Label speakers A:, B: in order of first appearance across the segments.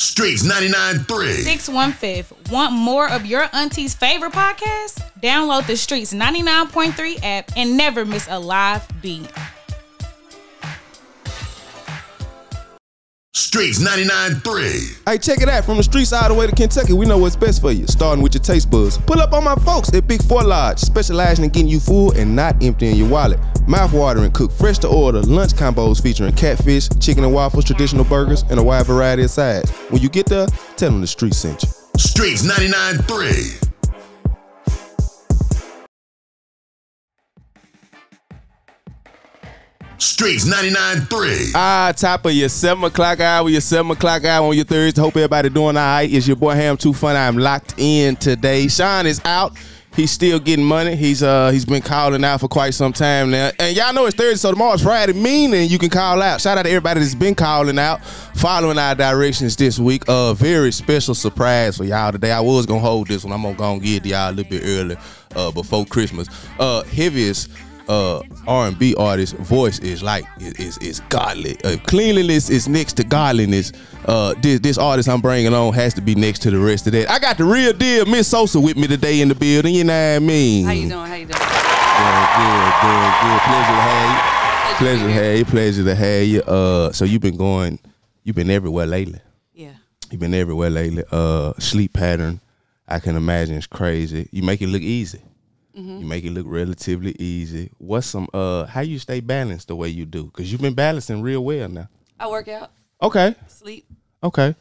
A: Streets 99.3.
B: 615. Want more of your auntie's favorite podcast? Download the Streets 99.3 app and never miss a live beat.
A: Streets 99.3.
C: Hey, check it out. From the streets all the way to Kentucky, we know what's best for you, starting with your taste buds. Pull up on my folks at Big Four Lodge, specializing in getting you full and not emptying your wallet. Mouthwatering, cook fresh to order lunch combos featuring catfish, chicken and waffles, traditional burgers, and a wide variety of sides. When you get there, tell them the street sent you.
A: Streets 99.3. Streets 99.3.
C: Ah, top of your seven o'clock hour, your seven o'clock hour on your Thursday. Hope everybody doing all right. It's your boy Ham Too Fun. I'm locked in today. Sean is out. He's still getting money. He's uh he's been calling out for quite some time now. And y'all know it's Thursday, so tomorrow's Friday, meaning you can call out. Shout out to everybody that's been calling out, following our directions this week. A very special surprise for y'all today. I was gonna hold this one. I'm gonna go and get to y'all a little bit early, uh, before Christmas. Uh, heaviest uh R&B artist voice is like is is, is godly. Uh, cleanliness is next to godliness. Uh, this this artist I'm bringing on has to be next to the rest of that. I got the real deal, Miss Sosa, with me today in the building. You know what I mean?
D: How you doing? How you doing?
C: Good, good, good, good. Pleasure to have you. Pleasure to have you. Pleasure to have you. Uh, so you've been going, you've been everywhere lately.
D: Yeah.
C: You've been everywhere lately. Uh, sleep pattern, I can imagine is crazy. You make it look easy. You make it look relatively easy. What's some uh how you stay balanced the way you do? Cause you've been balancing real well now.
D: I work out,
C: Okay.
D: sleep.
C: Okay.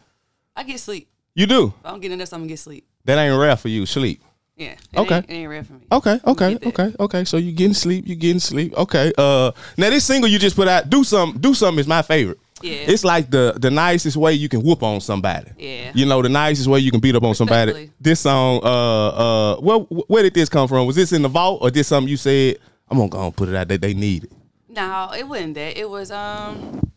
D: I get sleep.
C: You do.
D: If I don't get enough, so I'm gonna get sleep.
C: That ain't rare for you. Sleep.
D: Yeah. It
C: Okay.
D: Ain't, it ain't rare for me.
C: Okay,
D: I'ma
C: okay,
D: get that.
C: okay, okay. So you getting sleep, you getting sleep. Okay. Uh now this single you just put out, Do Something, Do Something is my favorite.
D: Yeah.
C: It's like the the nicest way you can whoop on somebody.
D: Yeah.
C: You know, the nicest way you can beat up on somebody.
D: Respectfully.
C: This song, uh uh well where did this come from? Was this in the vault or this something you said, I'm gonna go and put it out that they need it?
D: No, it wasn't that. It was um,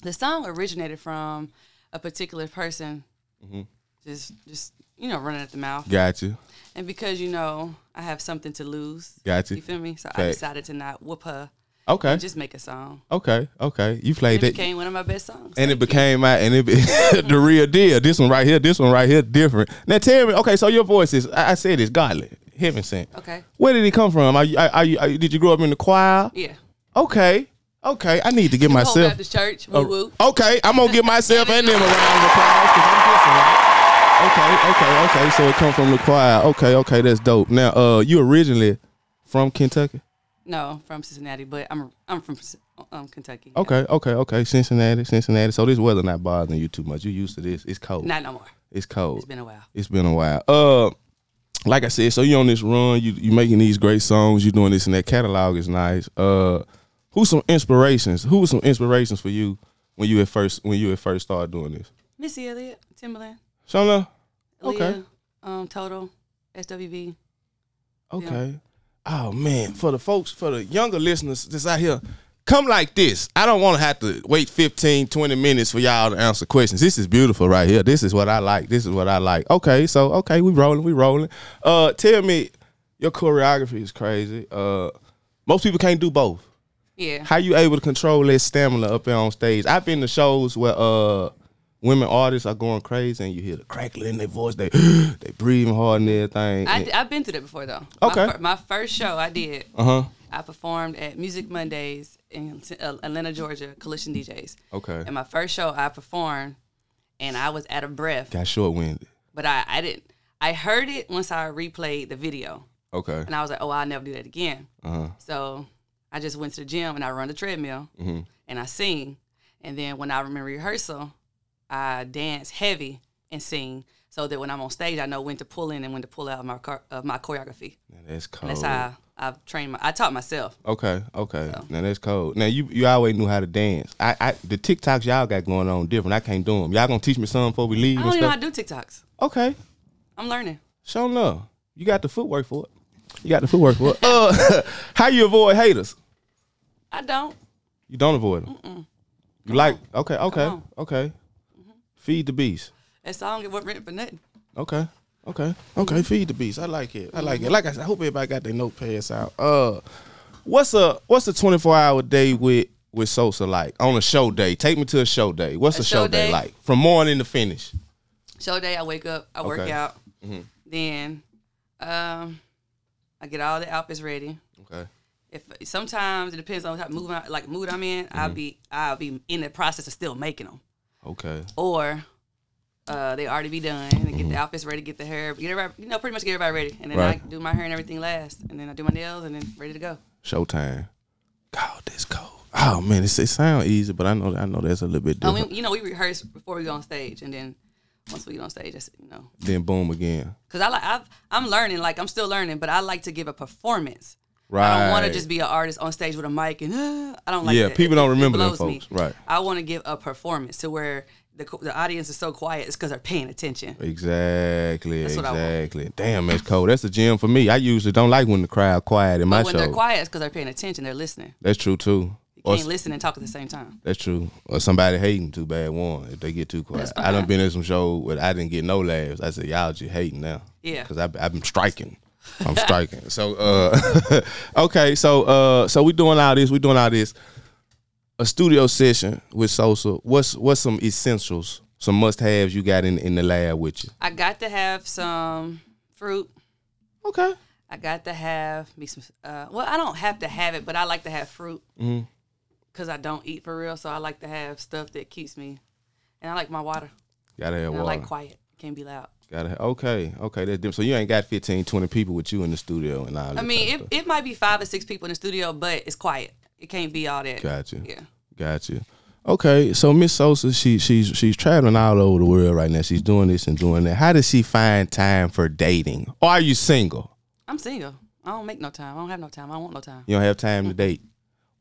D: the song originated from a particular person,
C: Mm-hmm.
D: just just you know running at the mouth,
C: Gotcha.
D: and because you know I have something to lose.
C: Gotcha.
D: You feel me? So I
C: Fact.
D: decided to not whoop her.
C: Okay.
D: and Just make a song.
C: Okay, okay. You
D: It
C: played it.
D: became one of my best songs.
C: and it became my and it be, the real deal. This one right here, this one right here, different. Now tell me, okay, so your voice is I, I said it's godly, heaven sent.
D: Okay.
C: Where did it come from? Are you, are, are you, are you- did you grow up in the choir?
D: Yeah.
C: Okay, okay. I need to get
D: Whole
C: myself. Oh.
D: Baptist Church.
C: a-
D: Woo woo.
C: okay, I'm gonna give myself and them a round of applause 'cause I'm guessing, right? Okay, okay, okay. So it come from the choir. Okay, okay, that's dope. Now, uh, you originally from Kentucky?
D: No, I'm from Cincinnati, but I'm I'm from um, Kentucky.
C: Okay, okay, okay. Cincinnati, Cincinnati. So this weather not bothering you too much. You used to this. It's cold.
D: Not no more.
C: It's cold.
D: It's been a while.
C: It's been a while. Uh, like I said, so you on this run, you you making these great songs, you doing this and that. Catalog is nice. Uh, who's some inspirations? Who was some inspirations for you when you at first when you at first started doing this?
D: Missy Elliott, Timberland,
C: Shona.
D: Aaliyah,
C: Okay.
D: um, Total, SWV.
C: Okay. Oh man, for the folks, for the younger listeners that's out here, come like this. I don't want to have to wait 15, 20 minutes for y'all to answer questions. This is beautiful right here. This is what I like. This is what I like. Okay, so okay, we rolling, we rolling. Uh tell me, your choreography is crazy. Uh most people can't do both.
D: Yeah.
C: How you able to control that stamina up there on stage? I've been to shows where uh women artists are going crazy and you hear the crackling in their voice, they they breathing hard and everything.
D: I, have been through that before though.
C: Okay.
D: My, fir- my first show I did.
C: uh-huh.
D: I performed at Music Mondays in T- uh, Atlanta, Georgia, Collision DJs.
C: Okay.
D: And my first show I performed, and I was out of breath,
C: Got short winded.
D: but I I didn't. I heard it once I replayed the video,
C: Okay.
D: and I was like, oh, I'll never do that again. So I just went to the gym and I run the treadmill and I sing. And then when I remember rehearsal, I dance heavy and sing so that when I'm on stage, I know when to pull in and when to pull out of my car, of my choreography.
C: That's cold.
D: That's how I, I've trained. My, I taught myself.
C: Okay, okay. Now that's cold. Now you you always knew how to dance. I, I the TikToks y'all got going on different. I can't do them. Y'all gonna teach me something before we leave
D: I
C: and
D: don't even know how
C: stuff.
D: to do TikToks.
C: okay,
D: I'm learning.
C: sure enough, you got the footwork for it. You got the footwork for it. Uh, how you avoid haters?
D: I don't.
C: You don't avoid them. You like okay, okay,
D: on. Mm-hmm.
C: okay. Feed the beast.
D: That song it wasn't written for nothing.
C: Okay. Okay. Okay. Feed the beast. I like it. I like it. Like I said, I hope everybody got their notepads out. Uh what's a what's a twenty four hour day with with Sosa like on a show day? Take me to a show day. What's a, show,
D: show
C: day?
D: day?
C: like? From morning to finish.
D: Show day, I wake up, I work
C: Okay.
D: out. Then um, I get all the outfits ready.
C: Okay.
D: If sometimes it depends on how move I, like mood I'm in, I'll be I'll be in the process of still making them,
C: Okay.
D: or uh, they already be done and get the outfits ready, get the hair, get everybody, you know, pretty much get everybody ready, and then I
C: Right.
D: do my hair and everything last, and then I do my nails and then ready to go.
C: Showtime. God, this cold. Oh man, it's, it sounds easy, but I know I know that's a little bit
D: I
C: different.
D: mean, you know, we rehearse before we go on stage, and then once we get on stage, that's you know,
C: then boom again.
D: because I like I've, I'm learning, like I'm still learning, but I like to give a performance.
C: Right.
D: I don't want to just be an artist on stage with a mic and uh, I don't like
C: Yeah,
D: that.
C: people don't remember them,
D: blows me.
C: folks. Right.
D: I want to give a performance to where the co- the audience is so quiet it's because they're paying attention.
C: Exactly.
D: That's what I want.
C: exactly. Damn, that's cold. That's the gym for me. I usually don't like when the crowd quiet in my
D: when
C: show.
D: they're quiet, it's because they're paying attention. They're listening.
C: That's true too.
D: You
C: Or
D: can't listen and talk at the same time.
C: That's true. Or somebody hating too bad one if they get too quiet. I done been in some show where I didn't get no laughs. I said, y'all just hating now.
D: Yeah.
C: Because I've, I've been striking. I'm striking. So, uh, okay. So, uh, so we doing all this. We doing all this. A studio session with Sosa. What's what's some essentials, some must haves you got in, in the lab with you?
D: I got to have some fruit.
C: Okay.
D: I got to have me some. Uh, well, I don't have to have it, but I like to have fruit
C: Mm-hmm.
D: because I don't eat for real. So I like to have stuff that keeps me, and I like my water.
C: Gotta have
D: And
C: water.
D: I like quiet. Can't be loud.
C: Gotta have, okay. Okay. That's different. So you ain't got 15, 20 people with you in the studio and all that
D: I
C: kind of
D: mean, it,
C: stuff.
D: it might be five or six people in the studio, but it's quiet. It can't be all that.
C: Gotcha.
D: Yeah.
C: Gotcha. Okay, so Miss Sosa, she she's she's traveling all over the world right now. She's doing this and doing that. How does she find time for dating? Or are you single?
D: I'm single. I don't make no time. I don't have no time. I don't want no time.
C: You don't have time to date.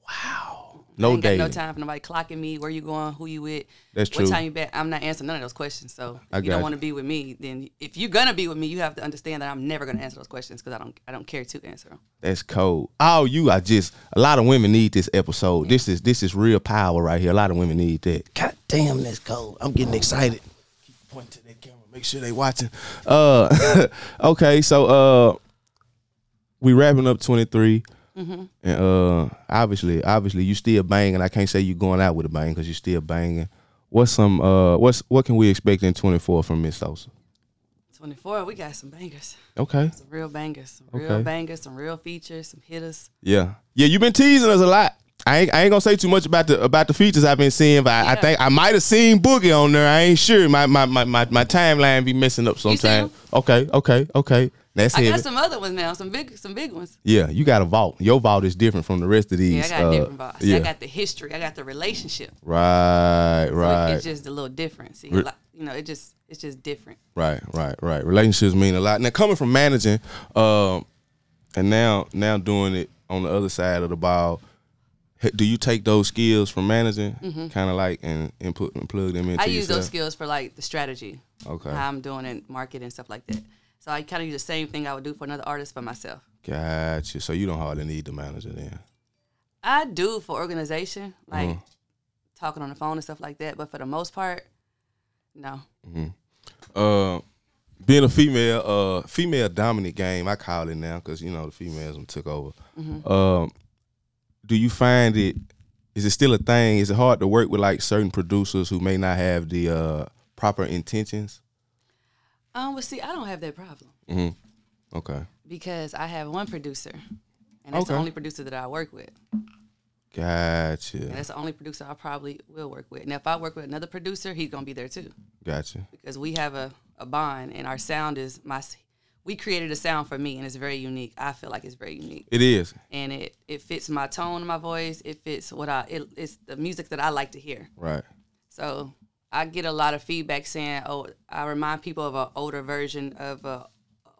C: Wow. No
D: ain't got
C: dating.
D: no time for nobody clocking me. Where you going? Who you with?
C: That's
D: what
C: true.
D: time you back? I'm not answering none of those questions. So if
C: I
D: you don't
C: got
D: want
C: you.
D: to be with me, then if you're gonna be with me, you have to understand that I'm never gonna answer those questions because I don't I don't care to answer them.
C: That's cold. Oh, you are just a lot of women need this episode. This is this is real power right here. A lot of women need that. God damn, that's cold. I'm getting excited. Keep pointing to that camera. Make sure they watching. Uh, okay, so uh, we wrapping up 23,
D: Mm-hmm.
C: and uh, obviously, obviously, you still banging. I can't say you going out with a bang because you still banging. What's some uh, what's what can we expect in 24 from Miss Sosa?
D: 24. We got some bangers,
C: Okay.
D: some real bangers, some real
C: Okay.
D: bangers, some real features, some hitters.
C: Yeah, yeah, you've been teasing us a lot. I ain't, I ain't gonna say too much about the about the features I've been seeing, but I, I
D: Yeah.
C: think I might have seen Boogie on there. I ain't sure. My my my my, my timeline be messing up
D: seen
C: sometimes.
D: him?
C: Okay, okay, okay. That's
D: I
C: it.
D: got some other ones now, some big some big ones.
C: Yeah, you got a vault. Your vault is different from the rest of these.
D: Yeah, I got
C: uh,
D: different boss.
C: Yeah,
D: I got the history. I got the relationship.
C: right,
D: But
C: right,
D: It's just a little different. See,
C: Re-
D: like, you know, it just it's just different.
C: right, right, right. Relationships mean a lot. Now coming from managing, um, and now now doing it on the other side of the ball. h- Do you take those skills from managing, kind of like, and, and put and plug them into
D: Mm-hmm. I use
C: yourself?
D: those Uh-huh. skills for like the strategy.
C: Okay.
D: How I'm doing in market and stuff like that. So I kind of use the same thing I would do for another artist for myself.
C: Gotcha. So you don't hardly need the manager then.
D: I do for organization, like
C: Mm.
D: talking on the phone and stuff like that. But for the most part, no.
C: Uh, being a female, uh, female dominant game, I call it now because you know the females done took over.
D: Mm-hmm.
C: Um, do you find it? Is it still a thing? Is it hard to work with like certain producers who may not have the uh, proper intentions?
D: Um, well, see, I don't have that problem
C: Okay,
D: because I have one producer, and that's
C: Okay.
D: the only producer that I work with. And
C: gotcha,
D: that's the only producer I probably will work with. And if I work with another producer, he's gonna be there too.
C: gotcha.
D: because we have a, a bond and our sound is my s- we created a sound for me and it's very unique i feel like it's very unique
C: It is
D: and it it fits my tone of my voice it fits what i it, it's the music that i like to hear
C: right.
D: so i get a lot of feedback saying oh i remind people of an older version of a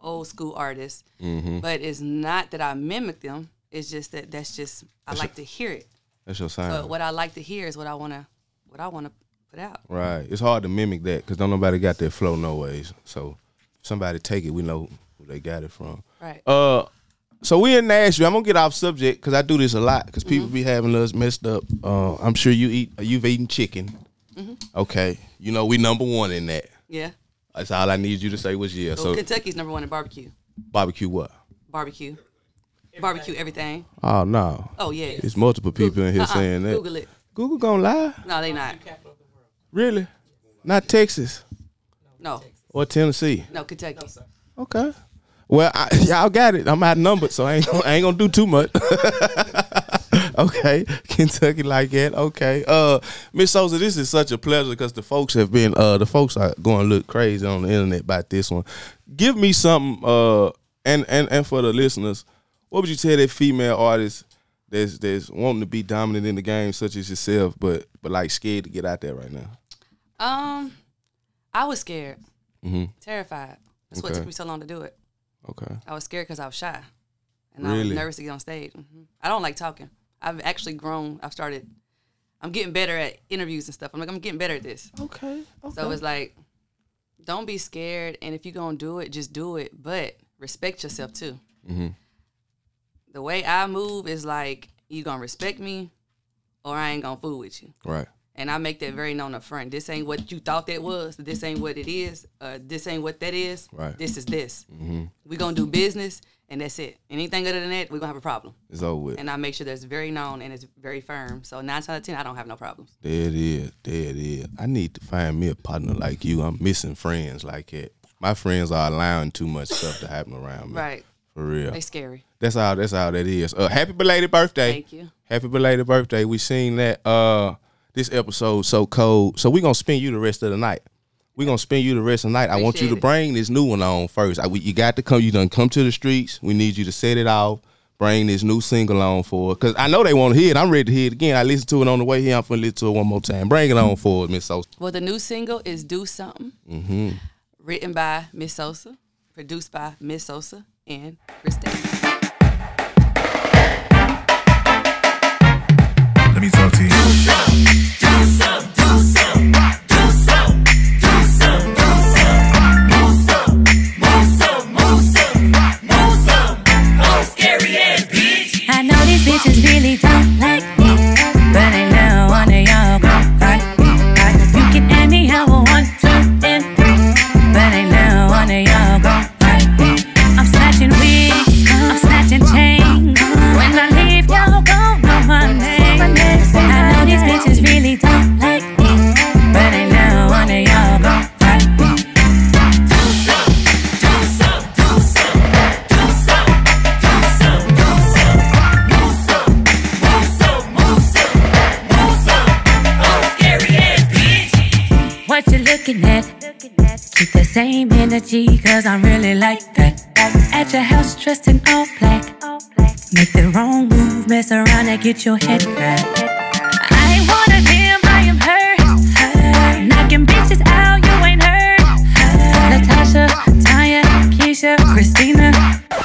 D: old school artist but it's not that i mimic them it's just that that's just i like to hear it
C: That's your sign.
D: but what i like to hear is what i want to what i want to put out
C: Right. It's hard to mimic that because don't nobody got that flow no ways. So if somebody take it, we know who they got it from.
D: right
C: Uh, so we in Nashville. I'm gonna get off subject because I do this a lot because people
D: Mm-hmm.
C: be having us messed up. Uh, I'm sure you eat. You've eaten chicken.
D: Mm-hmm.
C: Okay. You know we number one in that.
D: yeah
C: That's all I need you to say was yeah.
D: so
C: So
D: kentucky's number one in barbecue
C: barbecue what?
D: barbecue, barbecue everything.
C: Oh no,
D: Oh yeah,
C: it's multiple people in here
D: Uh-uh,
C: saying that.
D: Google it.
C: Google gonna lie?
D: No, they not.
C: Really? Not Texas.
D: No,
C: or Tennessee?
D: no, Kentucky.
C: Okay. Well, I, y'all got it. I'm outnumbered, so I ain't gonna, I ain't gonna do too much. okay, Kentucky like that. Okay, uh, Miss Sosa, this is such a pleasure because the folks have been uh the folks are going to look crazy on the internet about this one. Give me something uh and and and for the listeners, what would you tell that female artist that's that's wanting to be dominant in the game, such as yourself, but but like scared to get out there right now?
D: Um, I was scared, terrified. That's
C: Mm-hmm.
D: what
C: Okay.
D: took me so long to do it.
C: Okay,
D: I was scared because I was shy, and I was
C: Really?
D: nervous to get on stage. hmm I don't like talking. I've actually grown. I've started. I'm getting better at interviews and stuff. I'm like, I'm getting better at this.
C: okay,
D: So it's like, don't be scared, and if you're gonna do it, just do it. But respect yourself too. The way I move is like you gonna respect me, or I ain't gonna fool with you.
C: right.
D: And I make that very known up front. This ain't what you thought that was. This ain't what it is. Uh, this ain't what that is.
C: Right.
D: This is this. We're going to do business, and that's it. Anything other than that, we're going to have a problem.
C: It's over with.
D: And I make sure that's very known and it's very firm. So nine times out of 10, I don't have no problems.
C: There it is. There it is. I need to find me a partner like you. I'm missing friends like that. My friends are allowing too much stuff to happen around me.
D: Right.
C: For real.
D: They scary.
C: That's all. That's all that is. Uh, happy belated birthday.
D: Thank you.
C: Happy belated birthday. We seen that. Uh, this episode so cold. So we gonna spend you the rest of the night. We gonna spend you the rest of the night. I want you to
D: Appreciate it.
C: bring this new one on first. I, we, you got to come. You done come to the streets. We need you to set it off. Bring this new single on for because I know they want to hear it. I'm ready to hear it again. I listened to it on the way here. I'm finna listen to it one more time. Bring it on for us, Miss Sosa.
D: Well, the new single is Do Something, written by Miss Sosa, produced by Miss Sosa and Chris Davis.
E: Let me talk to you.
F: I know these bitches really don't like me, but I know one of y'all gon' like me. Like, You can add me how I want to and three, but I know one of y'all gon' like me. I'm snatching wigs, I'm snatching chains. When I leave, y'all gon' know my name. I know these bitches really don't like me, but I know one of y'all gon' like me. What you looking at? Keep the same energy, cause I'm really like that. At your house, dressed in all black. Make the wrong move, mess around and get your head cracked. I ain't one of them, I am her. Knocking bitches out, you ain't her. Natasha, Tanya, Keisha, Christina.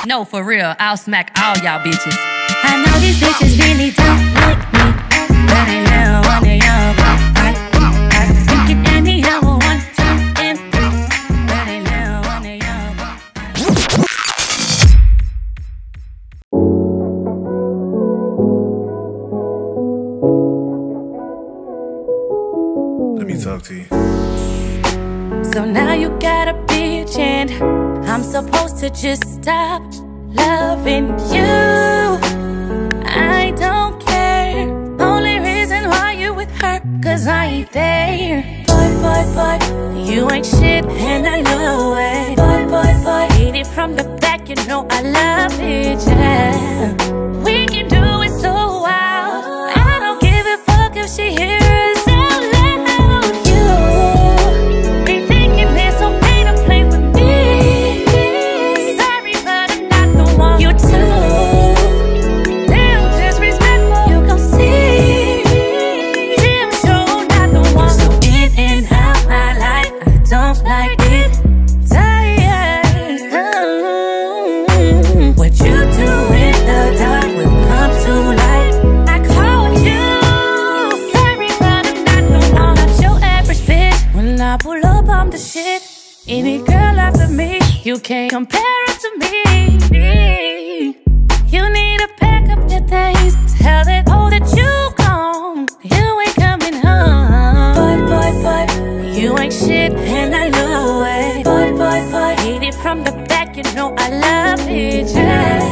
F: No, for real, I'll smack all y'all bitches. I know these bitches really don't like me. But I know one of y'all gon' fight me. You can add me how I want to and three. But I know one of y'all gon' fight me.
E: Let me talk to you.
F: So now you got a bitch and I'm supposed to just stop loving you. I don't care. Only reason why you with her, cause I ain't there. Boy, boy, boy, you ain't shit and I know it. Boy, boy, boy, hit it from the back, you know I love it, yeah. We can do it so wild. I don't give a fuck if she hears out loud. You be thinking it's okay to play with me. Sorry, but I'm not the one. You too. Damn, disrespectful. You gon' see. Damn, sure not the one. So in and out my life, I don't like it. Tired. Mm. What you do in the dark will come to light. I called you. Sorry, but I'm not the one. Not your average bitch. When I pull up, I'm the shit. Any girl after me, you can't compare it to me. You need to pack up your things. Tell that hoe that you gone. You ain't coming home. Boy, boy, boy. You ain't shit, and I know it. Boy, boy, boy. Hit it from the back, you know I love it. Yeah.